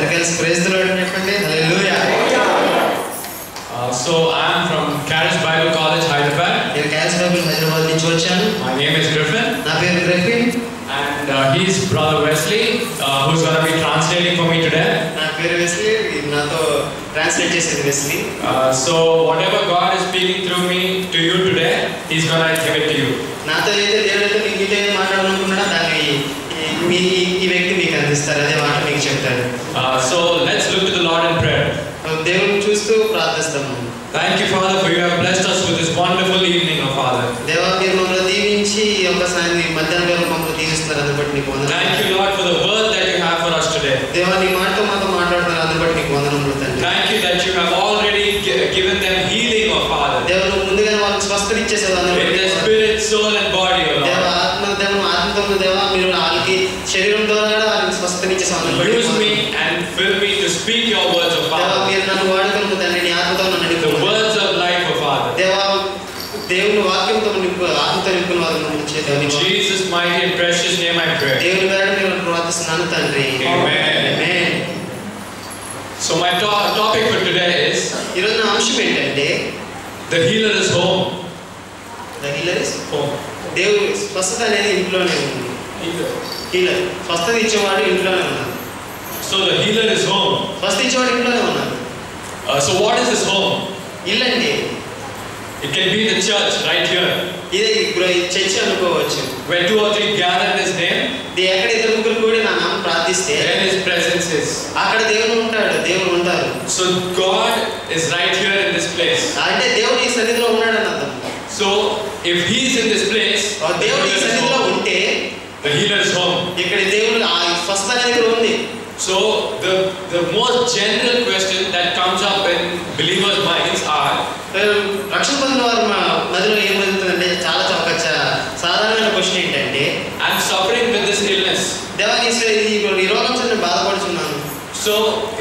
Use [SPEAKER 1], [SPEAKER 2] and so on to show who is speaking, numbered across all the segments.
[SPEAKER 1] Friends praise చెప్పండి hallelujah
[SPEAKER 2] Uh, so I am from Karish Bible College, Hyderabad.
[SPEAKER 1] నేను క్యాష్ Bible Hyderabad నుంచి వచ్చాను
[SPEAKER 2] My name is Griffin,
[SPEAKER 1] నా పేరు గ్రెఫిన్
[SPEAKER 2] and uh, he is brother Wesley, uh, who's going to be translating for me today.
[SPEAKER 1] నా పేరు Wesley నాతో translate చేసింది Wesley
[SPEAKER 2] Uh, so whatever God is speaking through me to you today, he's going to give it to you.
[SPEAKER 1] నాతో అయితే దేవుడైతే మీకు మీతో ఏం మాట్లాడాలనుకున్నాడో దాన్ని ఈ- మీ ఈ వ్యక్తి మీకు అందిస్తారు అదే మాట మీకు చెప్తాడు
[SPEAKER 2] Uh, so let's look to the Lord in prayer.
[SPEAKER 1] దేవుని చూస్తూ ప్రార్థిస్తాము
[SPEAKER 2] Thank you, Father, for you have blessed us with this wonderful evening, oh Father.
[SPEAKER 1] దేవా మీరు మమ్మల్ని దీవించి ఈ యొక్క సాయం మధ్యాహ్నం వేళ మమ్మల్ని దీవిస్తున్నారు అందుబట్టి నీకు వందనాలు
[SPEAKER 2] Thank you, Lord, for the word that you have for us today.
[SPEAKER 1] దేవా నీ మాటతో మాతో మాట్లాడుతున్నారు అందుబట్టి నీకు వందనములు తండ్రి
[SPEAKER 2] Thank you that you have already gi- given them healing, oh Father,
[SPEAKER 1] దేవా నువ్వు ముందుగానే వాళ్ళకి స్వస్థత ఇచ్చేసావు
[SPEAKER 2] in
[SPEAKER 1] అందుబట్టి
[SPEAKER 2] their spirit, soul, and body, oh
[SPEAKER 1] దేవ
[SPEAKER 2] Lord.
[SPEAKER 1] ఆత్మ దేవ ఆత్మతో దేవ మీరు వాళ్ళకి శరీరం ద్వారా కూడా వాళ్ళకి స్వస్థత ఇచ్చేసావు అందుబట్టి నీకు
[SPEAKER 2] Use
[SPEAKER 1] వందనాలు.
[SPEAKER 2] me and fill me to speak your words, O
[SPEAKER 1] దేవా
[SPEAKER 2] Father.
[SPEAKER 1] మీరు నన్ను వాడుకను తండ్రి నీ ఆత్మతో నన్ను
[SPEAKER 2] The
[SPEAKER 1] నడిపి
[SPEAKER 2] words of life, O Father.
[SPEAKER 1] దేవా దేవుని వాక్యంతో నింపు ఆత్మతో నింపుని వారు నడిపించే
[SPEAKER 2] In
[SPEAKER 1] దేవుని
[SPEAKER 2] Jesus' mighty and precious name I pray.
[SPEAKER 1] దేవుని వేళ నేను ప్రార్థిస్తున్నాను తండ్రి
[SPEAKER 2] Amen.
[SPEAKER 1] Amen.
[SPEAKER 2] So my to- topic for today is
[SPEAKER 1] ఈరోజు నా అంశం ఏంటంటే
[SPEAKER 2] the healer is home.
[SPEAKER 1] the healer is
[SPEAKER 2] Home.
[SPEAKER 1] దేవుడు స్వస్థత అనేది ఇంట్లోనే ఉంది హీలర్ స్వస్థత ఇచ్చేవాడు ఇంట్లోనే ఉన్నాడు
[SPEAKER 2] So the healer is home.
[SPEAKER 1] స్వస్థ ఇచ్చేవాడు ఇంట్లోనే ఉన్నాడు
[SPEAKER 2] Uh, so what is this home?
[SPEAKER 1] ఇల్లు అంటే
[SPEAKER 2] It can be the church right here,
[SPEAKER 1] ఇదే ఇప్పుడు ఈ చర్చి అనుకోవచ్చు
[SPEAKER 2] where two or three gather in His name,
[SPEAKER 1] ఇది ఎక్కడ ఇద్దరు ముగ్గురు కూడా నా నామం ప్రార్థిస్తే
[SPEAKER 2] there His presence is.
[SPEAKER 1] అక్కడ దేవుడు ఉంటాడు దేవుడు ఉంటారు
[SPEAKER 2] So God is right here in this place.
[SPEAKER 1] అంటే దేవుడు ఈ సన్నిధిలో ఉన్నాడు అని అర్థం
[SPEAKER 2] So if He's in this place, the
[SPEAKER 1] దేవుడు ఈ
[SPEAKER 2] healer is
[SPEAKER 1] సన్నిధిలో
[SPEAKER 2] home.
[SPEAKER 1] ఉంటే
[SPEAKER 2] The healer is home.
[SPEAKER 1] ఇక్కడ దేవుడు ఆ స్వస్థత అనేది ఇక్కడ ఉంది
[SPEAKER 2] So the, the most general question that comes up in believers' minds are
[SPEAKER 1] రక్షణ పొందిన వారు మా మధ్యలో ఏం జరుగుతుందంటే చాలా ఒక చ- సాధారణమైన క్వశ్చన్ ఏంటంటే
[SPEAKER 2] I'm suffering with this illness.
[SPEAKER 1] దేవా ఈ స- ఈ ఈ రోగం చెందిన బాధపడుతున్నాను
[SPEAKER 2] So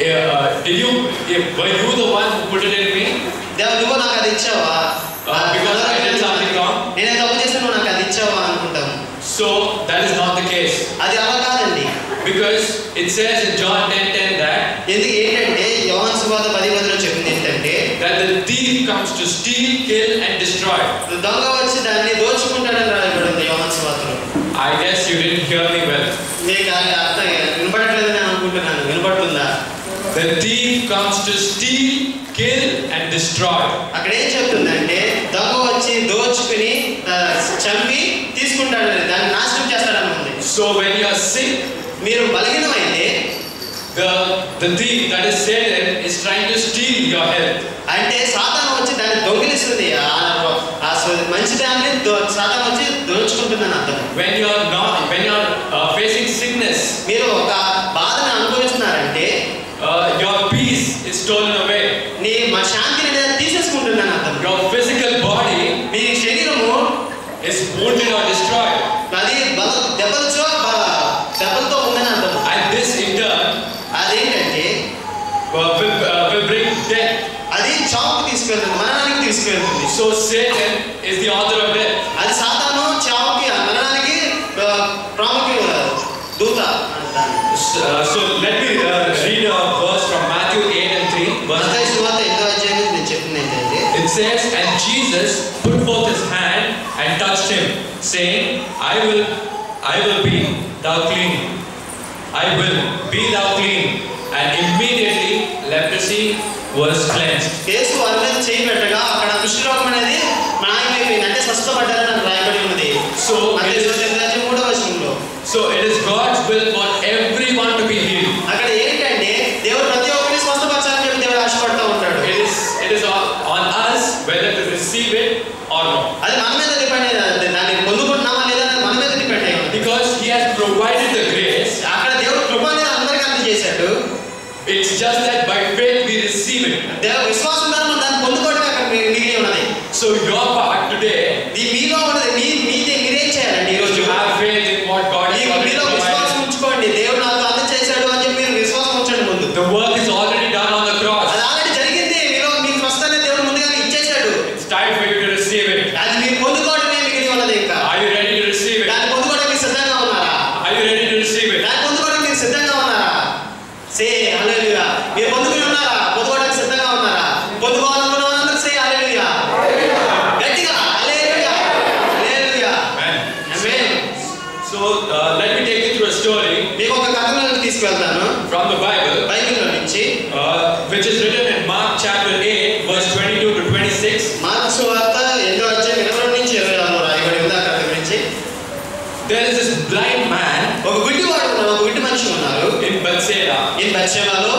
[SPEAKER 2] uh, did you if, were you the one who put it in me?
[SPEAKER 1] దేవా నువ్వు నాకు అది ఇచ్చావా
[SPEAKER 2] Uh, because I did something wrong.
[SPEAKER 1] నేనే తప్పు చేస్తే నువ్వు నాకు అది ఇచ్చావా అనుకుంటాము
[SPEAKER 2] So that is not the case.
[SPEAKER 1] అది అలా కాదండి
[SPEAKER 2] Because it says in John 10:10 that
[SPEAKER 1] ఎందుకు ఏంటంటే యోహాన్ సువాత పది పదిలో చెప్పింది ఏంటంటే
[SPEAKER 2] that the thief comes to steal, kill, and destroy.
[SPEAKER 1] దొంగ వచ్చి దాన్ని దోచుకుంటాడని రాయబడి ఉంది యోహాన్ సువార్తలో
[SPEAKER 2] I guess you didn't hear me well.
[SPEAKER 1] మీకు అది అర్థం వినపడట్లేదని అనుకుంటున్నాను వినపడుతుందా
[SPEAKER 2] The thief comes to steal, kill, and destroy.
[SPEAKER 1] అక్కడ ఏం చెప్తుందంటే దొంగ వచ్చి దోచుకుని ఆ, చంపి తీసుకుంటాడని దాన్ని నాశనం చేస్తాడని ఉంది
[SPEAKER 2] So when you are sick,
[SPEAKER 1] మీరు బలహీనమైతే
[SPEAKER 2] The, the thief, that is Satan, is trying to steal your health.
[SPEAKER 1] అంటే సాతాను వచ్చి దాన్ని దొంగిలిస్తుంది ఆ- ఆ స- మంచి దాన్ని దో- సాతాను వచ్చి దోచుకుంటుందని అర్థం
[SPEAKER 2] When you are not, when you are uh, facing sickness,
[SPEAKER 1] మీరు ఒక బాధను అనుభవిస్తున్నారంటే
[SPEAKER 2] uh, your peace is stolen away.
[SPEAKER 1] నీ మా శాంతిని అనేది తీసేసుకుంటుందని అర్థం
[SPEAKER 2] Your physical body
[SPEAKER 1] మీ శరీరము
[SPEAKER 2] is wounded or destroyed,
[SPEAKER 1] అది బల దెబ్బలతో బ- దెబ్బలతో ఉందని అర్థం
[SPEAKER 2] and this in turn
[SPEAKER 1] అదేంటంటే
[SPEAKER 2] uh, will, uh, will bring death.
[SPEAKER 1] అది చావుకు తీసుకెళ్తుంది మరణానికి తీసుకెళ్తుంది
[SPEAKER 2] So Satan is the author of death.
[SPEAKER 1] అది సాతాను చావుకి ఆ మరణానికి ఆ, ప్రాముఖ్యం దూత అంటారు.
[SPEAKER 2] S- uh, so let me uh, read a verse from Matthew 8 and 3. Verse
[SPEAKER 1] మత్తయి సువార్త ఎనిమిదవ అధ్యాయంలో నేను చెప్పింది ఏంటంటే
[SPEAKER 2] It says, And Jesus put forth his hand and touched him, saying, I will, I will be thou clean. I will be thou clean. And immediately leprosy was cleansed.
[SPEAKER 1] యేసు వారి మీద చేయి పెట్టగా అక్కడ కుష్ఠరోగం అనేది మాయమైపోయింది అంటే స్వస్థపడ్డారని రాయబడి ఉన్నది
[SPEAKER 2] So
[SPEAKER 1] మత్తయి
[SPEAKER 2] it,
[SPEAKER 1] సువార్త
[SPEAKER 2] is,
[SPEAKER 1] ఎనిమిదవ అధ్యాయం మూడవ వచనంలో
[SPEAKER 2] so it is God's will for everyone to be healed.
[SPEAKER 1] అక్కడ ఏంటంటే దేవుడు ప్రతి ఒక్కరిని స్వస్థపరచాలని చెప్పి దేవుడు ఆశపడుతూ ఉంటాడు
[SPEAKER 2] It is, it is on, on us whether to receive it or not.
[SPEAKER 1] అది మన మీద డిపెండ్ అయ్యి దాన్ని పొందుకుంటున్నామా లేదా అనేది మన మీద డిపెండ్ అయ్యి ఉంది.
[SPEAKER 2] Because he has provided the grace.
[SPEAKER 1] అక్కడ దేవుడు కృప అనేది అందరికీ అందజేశాడు
[SPEAKER 2] It's just that by faith we receive it.
[SPEAKER 1] దేవుడు విశ్వాసం ద్వారా మనం దాన్ని పొందుకోవడం అక్కడ మీ- మిగిలి ఉన్నది
[SPEAKER 2] So your part today
[SPEAKER 1] ఇది మీలో ఉన్నది మీ మీదే మీరేం చేయాలండి
[SPEAKER 2] Because
[SPEAKER 1] ఈరోజు
[SPEAKER 2] you have faith in what God has
[SPEAKER 1] me-
[SPEAKER 2] already
[SPEAKER 1] మీలో
[SPEAKER 2] provided.
[SPEAKER 1] విశ్వాసం ఉంచుకోండి దేవుడు నాకు అందజేశాడు అని చెప్పి మీరు విశ్వాసం ఉంచండి ముందు
[SPEAKER 2] The work is already done on the cross.
[SPEAKER 1] అది ఆల్రెడీ జరిగింది మీలో మీకు స్వస్థాన్ని దేవుడు ముందుగానే ఇచ్చేశాడు
[SPEAKER 2] It's time for you to receive it.
[SPEAKER 1] అది మీరు పొందుకోవడమే మిగిలి ఉన్నది ఇంకా
[SPEAKER 2] Are you ready to receive it?
[SPEAKER 1] దాన్ని పొందుకోవడానికి సిద్ధంగా ఉన్నారా
[SPEAKER 2] Are you ready to receive it?
[SPEAKER 1] దాన్ని పొందుకోవడానికి మీరు సిద్ధంగా ఉన్నారా సే హల్లెలూయా మీరు పొందుకుని ఉన్నారా పొందుకోవడానికి సిద్ధంగా ఉన్నారా పొందుకోవాలనుకున్న వాళ్ళందరూ సే హల్లెలూయా గట్టిగా hallelujah hallelujah
[SPEAKER 2] Amen.
[SPEAKER 1] Amen
[SPEAKER 2] So uh, let me take you through a story
[SPEAKER 1] మీకు ఒక కథలోకి తీసుకెళ్తాను
[SPEAKER 2] from the Bible,
[SPEAKER 1] బైబిల్లో నుంచి
[SPEAKER 2] uh, which is written in Mark chapter 8, verse 22 to 26.
[SPEAKER 1] Mark's వార్త ఎన్నో అధ్యాయం ఇరవై రెండు నుంచి ఇరవై ఆరు రాయబడి ఉంది ఆ కథ గురించి
[SPEAKER 2] There is this blind man
[SPEAKER 1] ఒక గుడ్డివాడు ఉన్నాడు ఒక గుడ్డి మనిషి ఉన్నారు
[SPEAKER 2] in Bethsaida.
[SPEAKER 1] ఇది బత్సేవాలో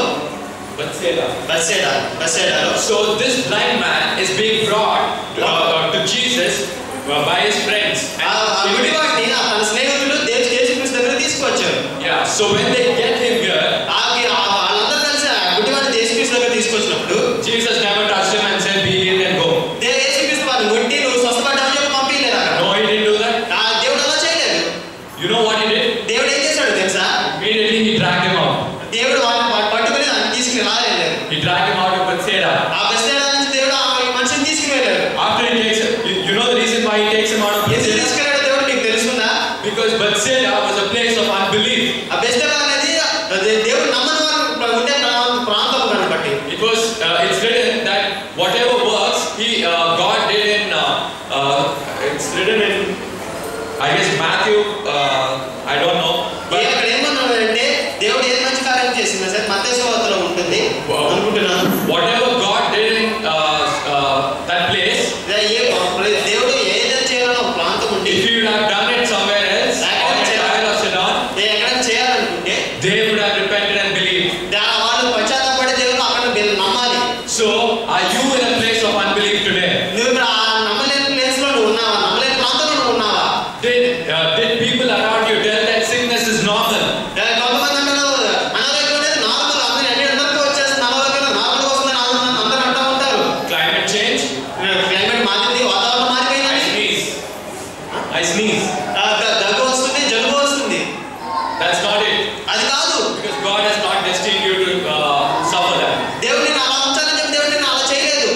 [SPEAKER 2] Bethsaida.
[SPEAKER 1] బస్సేడా బస్సేడాలో
[SPEAKER 2] So this blind man is being brought uh, to Jesus uh, by his friends.
[SPEAKER 1] ఆ ఆ గుడ్డివాడిని ఆ తన స్నేహితుడు దేవ్ యేసుక్రీస్తు దగ్గర తీసుకొచ్చారు
[SPEAKER 2] Yeah, so when they get him here,
[SPEAKER 1] ఆ ఆ- వాళ్ళందరూ కలిసి ఆ గుడ్డివాడిని యేసుక్రీస్తు దగ్గర తీసుకొచ్చినప్పుడు
[SPEAKER 2] Jesus never touched him and said, Be healed and go.
[SPEAKER 1] దే యేసుక్రీస్తు వాడిని కొట్టి నువ్వు స్వస్థపడ్డావు చెప్పి పంపించలేదు అక్కడ
[SPEAKER 2] No, he didn't do that.
[SPEAKER 1] ఆ దేవుడు అలా చేయలేదు
[SPEAKER 2] You know what he did?
[SPEAKER 1] దేవుడు ఏం చేశాడు తెలుసా
[SPEAKER 2] Immediately he dragged him out.
[SPEAKER 1] దేవుడు వాడిని ప- పట్టుకుని దాన్ని తీసుకుని రాలేదు
[SPEAKER 2] He dragged him out of Bethsaida.
[SPEAKER 1] ఆ బస్సేడా నుంచి దేవుడు ఆ మనిషిని తీసుకుని వెళ్ళాడు
[SPEAKER 2] After he takes him, you, you know the reason why he takes him out of
[SPEAKER 1] ఎందుకు
[SPEAKER 2] Bethsaida?
[SPEAKER 1] తీసుకెళ్ళాడు దేవుడు నీకు తెలుసుందా
[SPEAKER 2] Because Bethsaida was a place of unbelief.
[SPEAKER 1] ఆ బెస్తేడా అనేది అదే దేవుడు నమ్మని వారు ఉండే ప్రా- ప్రాంతం కనబట్టి
[SPEAKER 2] It was, uh, it's written that whatever works he, uh, God did in, uh, uh, it's written in, I guess Matthew, uh, I don't know,
[SPEAKER 1] A-
[SPEAKER 2] but
[SPEAKER 1] అక్కడ ఏమన్నాడంటే దేవుడు ఏ మంచి కార్యం చేసిందా సార్ మతేశ్వరలో ఉంటుంది
[SPEAKER 2] Wow.
[SPEAKER 1] అనుకుంటున్నాను
[SPEAKER 2] whatever God did in uh, uh, that place,
[SPEAKER 1] ఇదే ఏ- దేవుడు ఏదైనా చేయాలని ఒక ప్రాంతం ఉండి
[SPEAKER 2] if he would have done it somewhere else, on the Isle of Sidon,
[SPEAKER 1] ఏ ఎక్కడ చేయాలనుకుంటే
[SPEAKER 2] they would have repented and believed.
[SPEAKER 1] దా- వాళ్ళు పశ్చాత్తాపడి దేవుడు అక్కడ వీళ్ళు నమ్మాలి
[SPEAKER 2] So, are you in a place of unbelief today?
[SPEAKER 1] నువ్వు ఇప్పుడు ఆ నమ్మలేని ప్లేస్ లో నువ్వు ఉన్నావా నమ్మలేని ప్రాంతంలో నువ్వు ఉన్నావా
[SPEAKER 2] Did, uh, did people around you tell that sickness is normal?
[SPEAKER 1] దా- కొంతమంది అంటారు అనారోగ్యం అనేది నార్మల్ అందరూ అన్ని అందరికీ వచ్చేస్తుంది అనారోగ్యం నార్మల్ వస్తుంది అందరూ అందరూ అంటూ ఉంటారు
[SPEAKER 2] Climate change?
[SPEAKER 1] క్లైమేట్ మారింది వాతావరణం
[SPEAKER 2] I
[SPEAKER 1] మారిపోయిందని
[SPEAKER 2] sneeze. I sneeze.
[SPEAKER 1] ఆ, ద- దగ్గు వస్తుంది జలుబు వస్తుంది
[SPEAKER 2] That's not it.
[SPEAKER 1] అది కాదు
[SPEAKER 2] Because God has not destined you to uh, suffer that.
[SPEAKER 1] దేవుడు నేను అలా ఉంచాలని చెప్పి దేవుడు నేను అలా చేయలేదు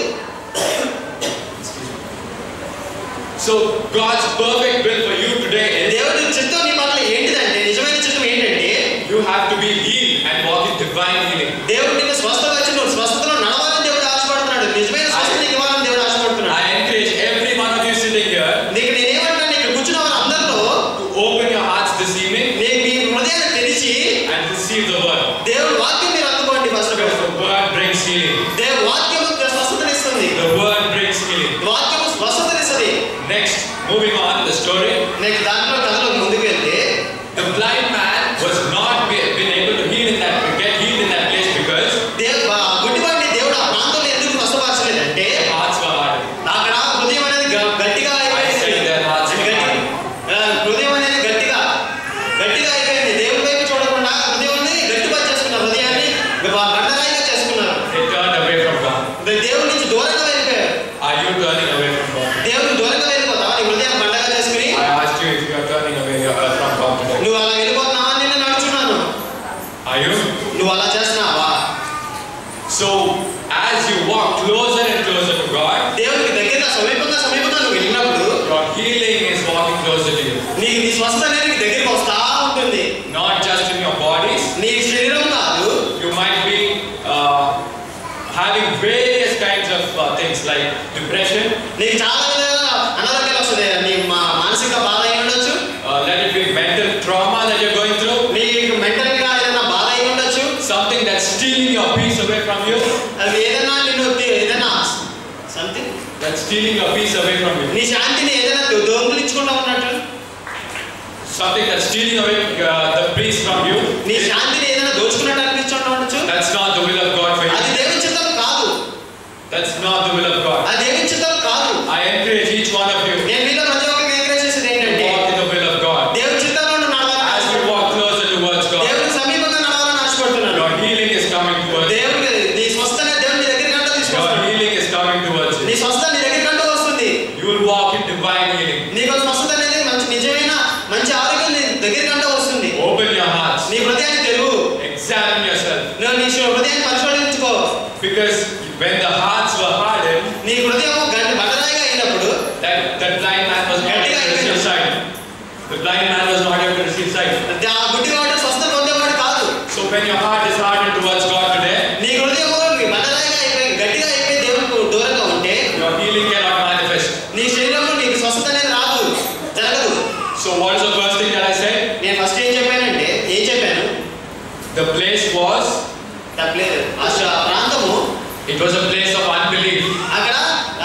[SPEAKER 2] So, God's perfect will for you today is
[SPEAKER 1] దేవుడి చిత్తం నీ పట్ల ఏంటిదంటే నిజమైన చిత్తం ఏంటంటే
[SPEAKER 2] you have to be healed and walk in divine healing.
[SPEAKER 1] దేవుడు నిన్ను స్వస్థత వచ్చి నువ్వు స్వస్థతలో నడవాలని దేవుడు ఆశపడుతున్నాడు నిజమైన స్వస్థత ఇవ్వాలని దేవుడు ఆశపడుతున్నాడు
[SPEAKER 2] I encourage every one of you sitting here
[SPEAKER 1] నీకు నేనేమంటాను ఇక్కడ కూర్చున్న వాళ్ళందరిలో
[SPEAKER 2] to open your hearts this evening
[SPEAKER 1] నేను మీ హృదయాన్ని తెరిచి
[SPEAKER 2] and receive the word.
[SPEAKER 1] దేవుడి వాక్యం మీరు అందుకోండి first of
[SPEAKER 2] Because
[SPEAKER 1] all
[SPEAKER 2] the word brings healing.
[SPEAKER 1] దేవుడి వాక్యం మీకు స్వస్థతనిస్తుంది
[SPEAKER 2] The word brings healing.
[SPEAKER 1] వాక్యం స్వస్థతనిస్తుంది
[SPEAKER 2] Next, moving on the story.
[SPEAKER 1] నీకు దాంట్లో కథలో ముందుకు వెళ్తే
[SPEAKER 2] The blind man was not be- been able to heal in that get healed in that place because
[SPEAKER 1] దేవు గుడ్డివాడిని దేవుడు ఆ ప్రాంతంలో ఎందుకు స్వస్థపరచలేదంటే
[SPEAKER 2] their hearts were hardened.
[SPEAKER 1] అక్కడ హృదయం అనేది గ- గట్టిగా
[SPEAKER 2] I
[SPEAKER 1] అయిపోయింది
[SPEAKER 2] said their hearts
[SPEAKER 1] అది
[SPEAKER 2] were
[SPEAKER 1] గట్టి-
[SPEAKER 2] hardened.
[SPEAKER 1] ఆ, హృదయం అనేది గట్టిగా గట్టిగా అయిపోయింది దేవుడి వైపు చూడకుండా హృదయాన్ని గట్టిగా చేసుకున్నారు హృదయాన్ని బ- బండరాయిగా చేసుకున్నారు
[SPEAKER 2] They turned away from God.
[SPEAKER 1] ద- దేవుడి నుంచి దూరంగా వెళ్ళిపోయారు
[SPEAKER 2] Are you turning away from God?
[SPEAKER 1] దేవుడికి దూరంగా వెళ్ళిపోతావా నీ హృదయం బండగా చేసుకుని
[SPEAKER 2] I asked you if you are turning away your- uh, from God today.
[SPEAKER 1] నువ్వు అలా వెళ్ళిపోతున్నావా అని నేను నడుచున్నాను
[SPEAKER 2] Are you?
[SPEAKER 1] నువ్వు అలా చేస్తున్నావా
[SPEAKER 2] So as you walk closer and closer to God,
[SPEAKER 1] దేవుడికి దగ్గరగా సమీపంగా సమీపంగా నువ్వు వెళ్ళినప్పుడు
[SPEAKER 2] your healing is walking closer to you.
[SPEAKER 1] నీకు నీ స్వస్థ అనేది నీకు దగ్గరికి వస్తా ఉంటుంది
[SPEAKER 2] Not just in your bodies.
[SPEAKER 1] నీ శరీరం కాదు
[SPEAKER 2] You might be uh, having various kinds of uh, things like depression.
[SPEAKER 1] నీకు చాలా విధాలుగా అనారోగ్యాలు వస్తుంది నీ మా మానసిక బాధ అయి ఉండొచ్చు
[SPEAKER 2] Uh, let it be mental trauma that you're going through.
[SPEAKER 1] నీకు మెంటల్ గా ఏదైనా బాధ అయి ఉండొచ్చు
[SPEAKER 2] something that's stealing your peace away from you,
[SPEAKER 1] అది ఏదైనా నిన్ను తి- ఏదైనా something
[SPEAKER 2] that's stealing your peace away from you,
[SPEAKER 1] నీ శాంతిని ఏదైనా దో- దొంగిలించుకుంటా ఉన్నట్టు
[SPEAKER 2] something that's stealing away uh, the peace from you,
[SPEAKER 1] నీ శాంతిని ఏదైనా దోచుకున్నట్టు అనిపించుకుంటా ఉండొచ్చు
[SPEAKER 2] that's not the will of God for
[SPEAKER 1] అది
[SPEAKER 2] you.
[SPEAKER 1] దేవుని చిత్తం కాదు
[SPEAKER 2] That's not the will of God.
[SPEAKER 1] అది దేవుని చిత్తం కాదు
[SPEAKER 2] I encourage each one of you
[SPEAKER 1] నేను మీలో ప్రతి ఒక్కరికి ఎంకరేజ్ చేసేది
[SPEAKER 2] to
[SPEAKER 1] ఏంటంటే
[SPEAKER 2] walk in the will of God.
[SPEAKER 1] దేవుని చిత్తంలో నువ్వు నడవాలని
[SPEAKER 2] As you
[SPEAKER 1] ఆశపడుతున్నావు.
[SPEAKER 2] walk closer towards God,
[SPEAKER 1] దేవుని సమీపంగా నడవాలని ఆశపడుతున్నాను
[SPEAKER 2] your healing is coming towards you.
[SPEAKER 1] దేవుని నీ స్వస్థత దేవుని దగ్గర కంటే
[SPEAKER 2] Your
[SPEAKER 1] తీసుకొస్తాను
[SPEAKER 2] healing is coming towards
[SPEAKER 1] నీ
[SPEAKER 2] you.
[SPEAKER 1] స్వస్థత నీ దగ్గర కంటే వస్తుంది
[SPEAKER 2] You will walk in divine healing.
[SPEAKER 1] నీకు స్వస్థత అనేది మంచి నిజమైన మంచి ఆరోగ్యం నీ దగ్గర కంటే వస్తుంది
[SPEAKER 2] Open your hearts.
[SPEAKER 1] నీ హృదయాన్ని తెలుగు
[SPEAKER 2] Examine yourself.
[SPEAKER 1] నువ్వు నీ శు- హృదయాన్ని పరిశోధించుకో
[SPEAKER 2] Because when the hearts were hardened,
[SPEAKER 1] నీ హృదయం గంట బండరాయిగా అయినప్పుడు
[SPEAKER 2] That, that blind man was not able to receive sight. The blind man was not able to receive sight.
[SPEAKER 1] ఆ గుడ్డివాడు స్వస్థత పొందేవాడు కాదు
[SPEAKER 2] So when your heart is hardened The place was,
[SPEAKER 1] The place- ఆ శ- ప్రాంతము
[SPEAKER 2] it was a place of unbelief.
[SPEAKER 1] అక్కడ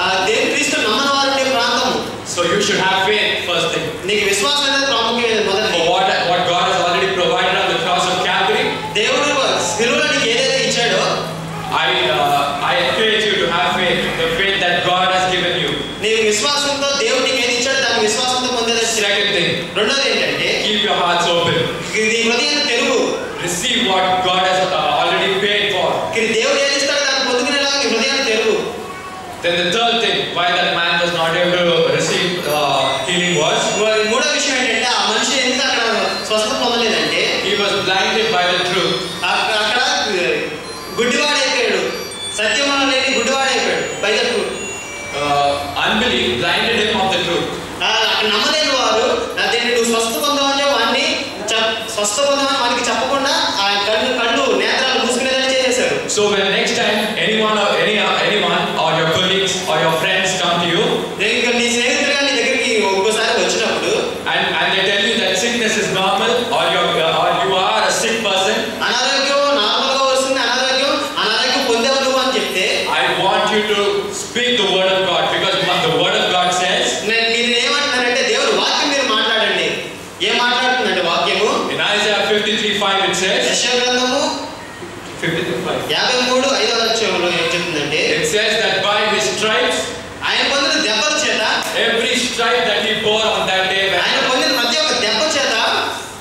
[SPEAKER 1] ఆ, దేవుని క్రీస్తు నమ్మని వారు ఉండే ప్రాంతము
[SPEAKER 2] So you should have faith, first thing.
[SPEAKER 1] నీకు విశ్వాసం అనేది ప్రాముఖ్యమైనది మొదటి
[SPEAKER 2] For what, what God has already provided on the cross of Calvary,
[SPEAKER 1] దేవుడు శిలువలో నీకు ఏదైతే ఇచ్చాడో
[SPEAKER 2] I, uh, I encourage you to have faith, the faith that God has given you.
[SPEAKER 1] నీ విశ్వాసంతో దేవుడు నీకు ఏది ఇచ్చాడో దాని విశ్వాసంతో పొందేది
[SPEAKER 2] Second thing,
[SPEAKER 1] రెండోది ఏంటంటే
[SPEAKER 2] keep your hearts open.
[SPEAKER 1] నీ హృదయం Telugu
[SPEAKER 2] Receive what God has uh, already paid for.
[SPEAKER 1] ఇది దేవుడు ఏది ఇస్తాడో దాన్ని పొందుకునేలాగా నీ హృదయం Telugu
[SPEAKER 2] Then the third thing, why that man was not able to receive uh, healing was
[SPEAKER 1] మూడో విషయం ఏంటంటే ఆ మనిషి ఎందుకు అక్కడ స్వస్థత పొందలేదంటే
[SPEAKER 2] he was blinded by the truth.
[SPEAKER 1] అక్కడ అక్కడ గుడ్డివాడైపోయాడు సత్యంలో లేని గుడ్డివాడైపోయాడు బయటకు
[SPEAKER 2] uh, unbelief blinded him of the truth.
[SPEAKER 1] ఆ, అక్కడ నమ్మలేని వారు నా దీన్ని నువ్వు స్వస్థ పొందామని వాడిని చెప్- స్వస్థ పొందామని వాడికి చెప్పకుండా ఆ కళ్ళు కళ్ళు నేత్రాలు మూసుకునేటట్టు చేసేశారు
[SPEAKER 2] So when next time anyone or any anyone or your colleagues or your friends come to you
[SPEAKER 1] నేను ఇంకా నీ స్నేహితులు కానీ నీ దగ్గరికి ఒక్కోసారి వచ్చినప్పుడు
[SPEAKER 2] and, and they tell you that sickness is normal or you or you are a sick person,
[SPEAKER 1] అనారోగ్యం నార్మల్గా వస్తుంది అనారోగ్యం అనారోగ్యం పొందావు నువ్వు అని చెప్తే
[SPEAKER 2] I want you to speak the word of God because the word of God says
[SPEAKER 1] నేను మీరు ఏమంటున్నారంటే దేవుడు వాక్యం మీరు మాట్లాడండి ఏం మాట్లాడుతుందంటే వాక్యము
[SPEAKER 2] in Isaiah 53:5 it says
[SPEAKER 1] యశ్యా గ్రంథము
[SPEAKER 2] 53:5
[SPEAKER 1] యాభై మూడు ఐదవ అధ్యాయంలో ఏం చెప్తుందంటే
[SPEAKER 2] it says that by his stripes
[SPEAKER 1] ఆయన పొందిన దెబ్బల చేత
[SPEAKER 2] every stripe that he bore on that day
[SPEAKER 1] ఆయన
[SPEAKER 2] when
[SPEAKER 1] పొందిన ప్రతి ఒక్క దెబ్బ చేత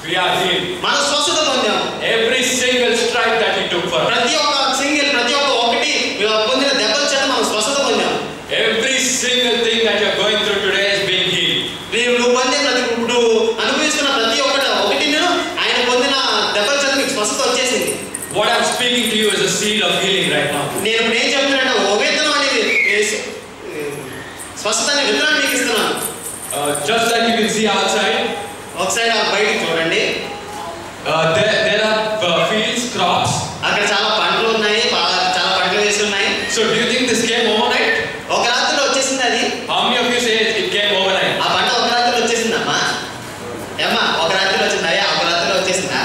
[SPEAKER 2] we are healed.
[SPEAKER 1] మనం స్వస్థత పొందాము
[SPEAKER 2] Every single stripe that he took for us.
[SPEAKER 1] ప్రతి ఒక్క సింగిల్ ప్రతి ఒక్క ఒకటి ఇలా పొందిన దెబ్బల చేత మనం స్వస్థత పొందాము
[SPEAKER 2] Every single thing that you're going through today is being healed.
[SPEAKER 1] నీవు నువ్వు పొందే ప్రతి నువ్వు అనుభవిస్తున్న ప్రతి ఒక్కటి ఒకటిను ఆయన పొందిన దెబ్బల చేత నీకు స్వస్థత వచ్చేసింది
[SPEAKER 2] What I'm speaking to you is a seed of healing right now.
[SPEAKER 1] నేను ఇప్పుడు ఏం చెప్తున్నానంటే ఒక విత్తనం అనేది ఏ- స్వస్థత అనే విత్తనాన్ని మీకు ఇస్తున్నాను
[SPEAKER 2] Uh, just like you can see outside,
[SPEAKER 1] ఒకసారి ఆ బయటికి చూడండి
[SPEAKER 2] uh, there, there are uh, fields, crops.
[SPEAKER 1] అక్కడ చాలా పంటలు ఉన్నాయి బాగా- చాలా పంటలు వేసి ఉన్నాయి
[SPEAKER 2] So do you think this came overnight?
[SPEAKER 1] ఒక రాత్రిలో వచ్చేసింది అది
[SPEAKER 2] How many of you say it, it came overnight?
[SPEAKER 1] ఆ పంట ఒక రాత్రిలో వచ్చేసిందమ్మా ఏమ్మా ఒక రాత్రిలో వచ్చిందా అయ్యా ఒక రాత్రిలో వచ్చేసిందా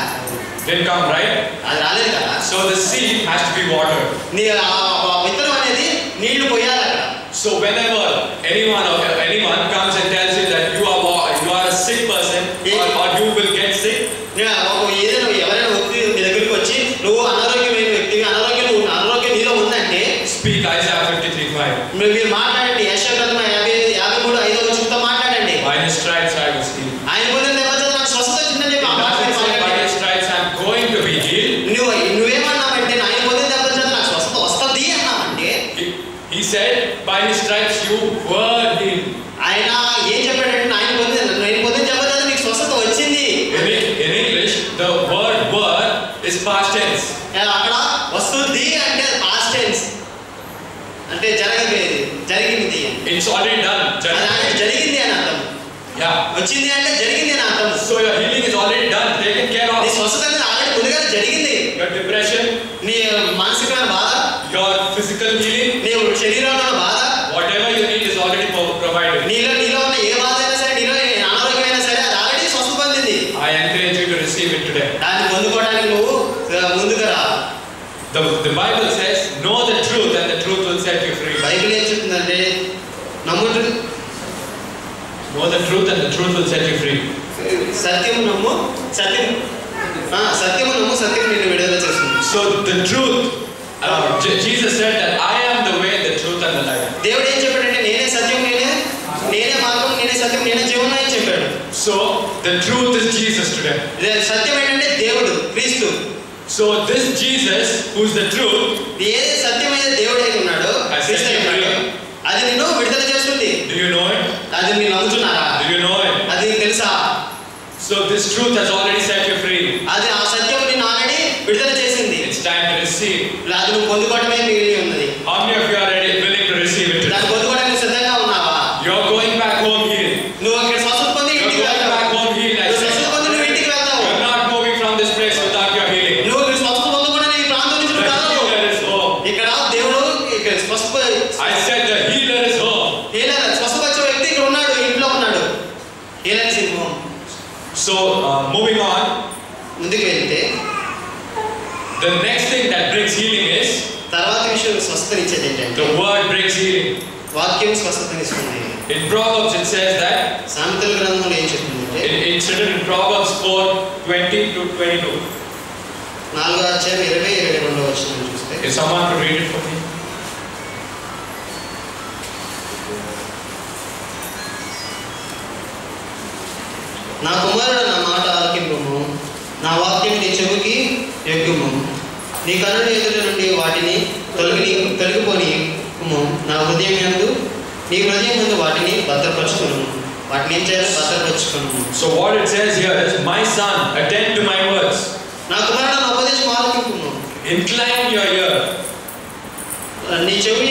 [SPEAKER 2] Didn't come, right?
[SPEAKER 1] అది రాలేదు కదా
[SPEAKER 2] So the seed has to be watered.
[SPEAKER 1] నీ ఆ ఆ విత్తనం అనేది నీళ్లు పోయాలి అక్కడ
[SPEAKER 2] So whenever anyone or anyone comes and tells you that you are wa- you are a sick person or, or you will get sick,
[SPEAKER 1] నీ ఆ ఒక ఏదైనా ఎవరైనా వ్యక్తి నీ దగ్గరికి వచ్చి నువ్వు అనారోగ్యమైన వ్యక్తివి అనారోగ్యం ఉన్న- అనారోగ్యం నీలో ఉందంటే
[SPEAKER 2] speak Isaiah 53:5.
[SPEAKER 1] మీరు మీరు మాట్లాడండి యశో గ్రంథం యాభై యాభై మూడు ఐదో వచ్చినతో మాట్లాడండి
[SPEAKER 2] By his stripes I was healed.
[SPEAKER 1] ఆయన పొందిన దెబ్బ చేత నాకు స్వస్థత వచ్చిందని చెప్పి ఆ మాట
[SPEAKER 2] Doesn't
[SPEAKER 1] మీరు
[SPEAKER 2] say by
[SPEAKER 1] మాట్లాడండి
[SPEAKER 2] his stripes I'm going to be healed.
[SPEAKER 1] నువ్వు నువ్వేమన్నావంటే నా ఆయన పొందిన దెబ్బల చేత నాకు స్వస్థత వస్తుంది అన్నావంటే
[SPEAKER 2] He, he said, by his stripes you were healed.
[SPEAKER 1] ఆయన ఏం చెప్పాడంటే ఆయన పొందిన నేను పొందిన దెబ్బ చేత నీకు స్వస్థత వచ్చింది
[SPEAKER 2] In, E- in English, the word word is past tense.
[SPEAKER 1] అక్కడ వస్తుంది అంటే పాస్ట్ టెన్స్ అంటే జరగబోయేది జరిగింది అని.
[SPEAKER 2] It's already done.
[SPEAKER 1] అది ఆయన
[SPEAKER 2] Judgment.
[SPEAKER 1] జరిగింది అని అర్థం
[SPEAKER 2] Yeah.
[SPEAKER 1] వచ్చింది అంటే జరిగింది అని అర్థం
[SPEAKER 2] So your healing is already done, taken care
[SPEAKER 1] నీ
[SPEAKER 2] of.
[SPEAKER 1] స్వస్థత అనేది ఆల్రెడీ ముందుగా జరిగింది
[SPEAKER 2] Your depression,
[SPEAKER 1] నీ మానసికమైన బాధ
[SPEAKER 2] your physical healing,
[SPEAKER 1] నీ శరీరంలో ఉన్న బాధ
[SPEAKER 2] whatever you need is already pro- provided.
[SPEAKER 1] నీలో నీలో ఉన్న ఏ బాధ అయినా సరే నీలో ఏ అనారోగ్యం అయినా సరే అది ఆల్రెడీ స్వస్థత పొందింది
[SPEAKER 2] I encourage you to receive it today.
[SPEAKER 1] దాన్ని పొందుకోవడానికి నువ్వు ఆ, ముందుగా రా
[SPEAKER 2] The, the Bible says, know the truth and the truth will set you free.
[SPEAKER 1] Bible ఏం చెప్తుందంటే నమ్ముడు
[SPEAKER 2] Know the truth and the truth will set you free.
[SPEAKER 1] సత్యము నమ్ము సత్యం ఆ, సత్యము నమ్ము సత్యం నిన్ను విడుదల చేస్తుంది
[SPEAKER 2] So the truth, uh, Je- Jesus said that I am the way, the truth, and the life.
[SPEAKER 1] దేవుడు ఏం చెప్పాడంటే నేనే సత్యం నేనే నేనే మార్గం నేనే సత్యం నేనే జీవనం అని చెప్పాడు
[SPEAKER 2] So the truth is Jesus today.
[SPEAKER 1] ఇదే సత్యం ఏంటంటే దేవుడు క్రీస్తు
[SPEAKER 2] So this Jesus, who's the truth,
[SPEAKER 1] ఏది సత్యమైన దేవుడు అయితే ఉన్నాడో క్రీస్తు అయి ఉన్నాడో, అది నిన్ను విడుదల చేస్తుంది
[SPEAKER 2] do you know it?
[SPEAKER 1] అది మీరు నమ్ముతున్నారా
[SPEAKER 2] Do you know it?
[SPEAKER 1] అది నీకు తెలుసా
[SPEAKER 2] So this truth has already set you free.
[SPEAKER 1] అది ఆ సత్యం నిన్ను ఆల్రెడీ విడుదల చేసింది
[SPEAKER 2] It's time to receive.
[SPEAKER 1] అది నువ్వు పొందుకోవడమే మిగిలి ఉన్నది
[SPEAKER 2] How many of you are ready, willing to receive it
[SPEAKER 1] దాన్ని
[SPEAKER 2] today?
[SPEAKER 1] పొందుకోవడానికి సిద్ధంగా ఉన్నావా
[SPEAKER 2] You're going back home healed.
[SPEAKER 1] నువ్వు అక్కడ స్వస్థత పొంది
[SPEAKER 2] You're
[SPEAKER 1] ఇంటికి
[SPEAKER 2] going back
[SPEAKER 1] వెళ్తావు
[SPEAKER 2] home healed. I
[SPEAKER 1] నువ్వు స్వస్థత
[SPEAKER 2] said.
[SPEAKER 1] పొంది నువ్వు ఇంటికి వెళ్తావు
[SPEAKER 2] You're not moving from this place without your healing.
[SPEAKER 1] నువ్వు ఇక్కడ స్వస్థత పొందకుండా ఈ ప్రాంతం నుంచి
[SPEAKER 2] The
[SPEAKER 1] నువ్వు కదలవు.
[SPEAKER 2] healer is home.
[SPEAKER 1] ఇక్కడ దేవుడు ఇక్కడ స్వస్థ
[SPEAKER 2] I said the healer is home.
[SPEAKER 1] ఈయన స్వస్థపరిచే వ్యక్తి ఇక్కడ ఉన్నాడు ఇంట్లో ఉన్నాడు ఈయన సింహం
[SPEAKER 2] So uh, moving on.
[SPEAKER 1] ముందుకు వెళ్తే
[SPEAKER 2] The next thing that brings healing is
[SPEAKER 1] తర్వాత విషయం స్వస్థనిచ్చేది ఏంటంటే
[SPEAKER 2] the word brings healing.
[SPEAKER 1] వాక్యం స్వస్థతనిస్తుంది
[SPEAKER 2] In Proverbs it says that
[SPEAKER 1] సామెతల గ్రంథంలో ఏం చెప్తుందంటే
[SPEAKER 2] it, it's written in Proverbs 4 20 to 22.
[SPEAKER 1] నాలుగో అధ్యాయం ఇరవై ఇరవై రెండో వచ్చిన చూస్తే
[SPEAKER 2] If someone could read it for me.
[SPEAKER 1] నా కుమారుడు నా మాట ఆలకింపము నా వాక్యం నీ చెవికి ఎగ్గుము నీ కన్నుల ఎదుట నుండి వాటిని తొలగి తొలగిపోని నా హృదయం యందు నీ హృదయం యందు వాటిని భద్రపరచుకును వాటిని ఏం చేయాలి భద్రపరచుకును
[SPEAKER 2] So what it says here is, My son, attend to my words.
[SPEAKER 1] నా కుమారుడు నా ఉపదేశం ఆలకింపుము
[SPEAKER 2] Incline your ear.
[SPEAKER 1] నీ చెవి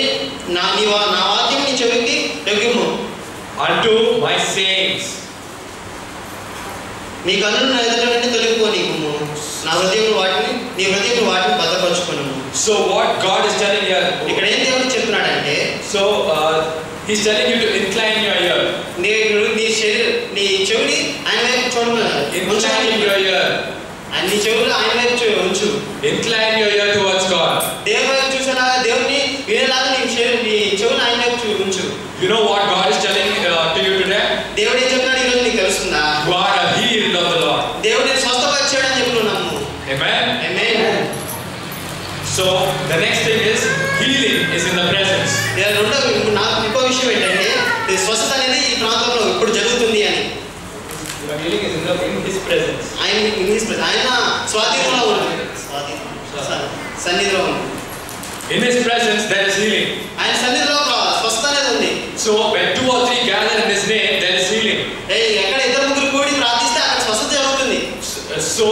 [SPEAKER 1] నా నీ వా- నా వాక్యం నీ చెవికి ఎగ్గుము
[SPEAKER 2] unto my sayings.
[SPEAKER 1] నీ కన్నులు నా ఎదుట నుండి తొలగిపోని నా హృదయం వాటిని నీ హృదయం వాటిని భద్రపరచుకును
[SPEAKER 2] So what God is telling
[SPEAKER 1] ఇక్కడ
[SPEAKER 2] here,
[SPEAKER 1] ఏం దేవుడు చెప్తున్నాడంటే
[SPEAKER 2] so uh, He's telling you to incline your ear,
[SPEAKER 1] నేను నీ శరీరం నీ చెవిని ఆయన వైపు చూడమన్నారు ఉంచు అని
[SPEAKER 2] incline
[SPEAKER 1] చెప్పాడు.
[SPEAKER 2] your ear,
[SPEAKER 1] ఆయన నీ చెవులు ఆయన వైపు చూ- ఉంచు
[SPEAKER 2] incline your ear towards God.
[SPEAKER 1] దేవుని వైపు చూసేలాగా దేవుని వినేలాగా నీ శరీరం నీ చెవులు ఆయన వైపు చూ- ఉంచు
[SPEAKER 2] You know what God is telling uh, to you today?
[SPEAKER 1] దేవుడు ఏం చెప్తున్నాడు ఈరోజు నీకు తెలుస్తుందా
[SPEAKER 2] You are a healed of the Lord.
[SPEAKER 1] దేవుడు నేను స్వస్థపరిచాడని చెప్తున్నాము
[SPEAKER 2] Amen.
[SPEAKER 1] Amen.
[SPEAKER 2] So the next thing is healing is in the presence.
[SPEAKER 1] నేను రెండో నాకు ఇంకో విషయం ఏంటంటే ఈ స్వస్థత అనేది ఈ ప్రాంతంలో ఇప్పుడు జరుగుతుంది అని
[SPEAKER 3] But healing is in, the, in His presence.
[SPEAKER 1] ఆయన ఇంగ్లీష్ ప్రజ- ఆయన స్వాధీనంలో ఉంది స్వాధీనం స- సన్నిధిలో ఉంది
[SPEAKER 2] In His presence there is healing.
[SPEAKER 1] ఆయన సన్నిధిలో ఒక స్వస్థత అనేది ఉంది
[SPEAKER 2] So when two or three gather in His name, there is healing.
[SPEAKER 1] ఏయ్, ఎక్కడ ఇద్దరు ముగ్గురు కూడి ప్రార్థిస్తే అక్కడ స్వస్థత జరుగుతుంది
[SPEAKER 2] So, uh, so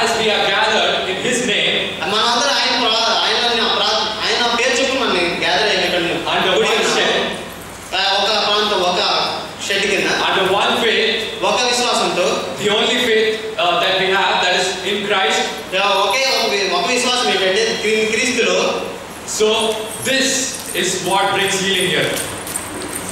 [SPEAKER 2] as we are gathered in His name
[SPEAKER 1] మనందరూ ఆయన ప్రా- ఆయన ప్రా- ఆయన పేరు చెప్పి మనం గ్యాదర్ అయినటువంటి
[SPEAKER 2] under
[SPEAKER 1] గుడి
[SPEAKER 2] one
[SPEAKER 1] ఉన్నాము.
[SPEAKER 2] shed,
[SPEAKER 1] ఆ, ఒక ప్రాంతం ఒక షెడ్ కింద
[SPEAKER 2] under one faith,
[SPEAKER 1] ఒక విశ్వాసంతో
[SPEAKER 2] The only faith uh, that we have that is in Christ.
[SPEAKER 1] ఆ, ఒకే ఒక వి- ఒక విశ్వాసం ఏంటంటే క్రీ- క్రీస్తులో
[SPEAKER 2] So this is what brings healing here.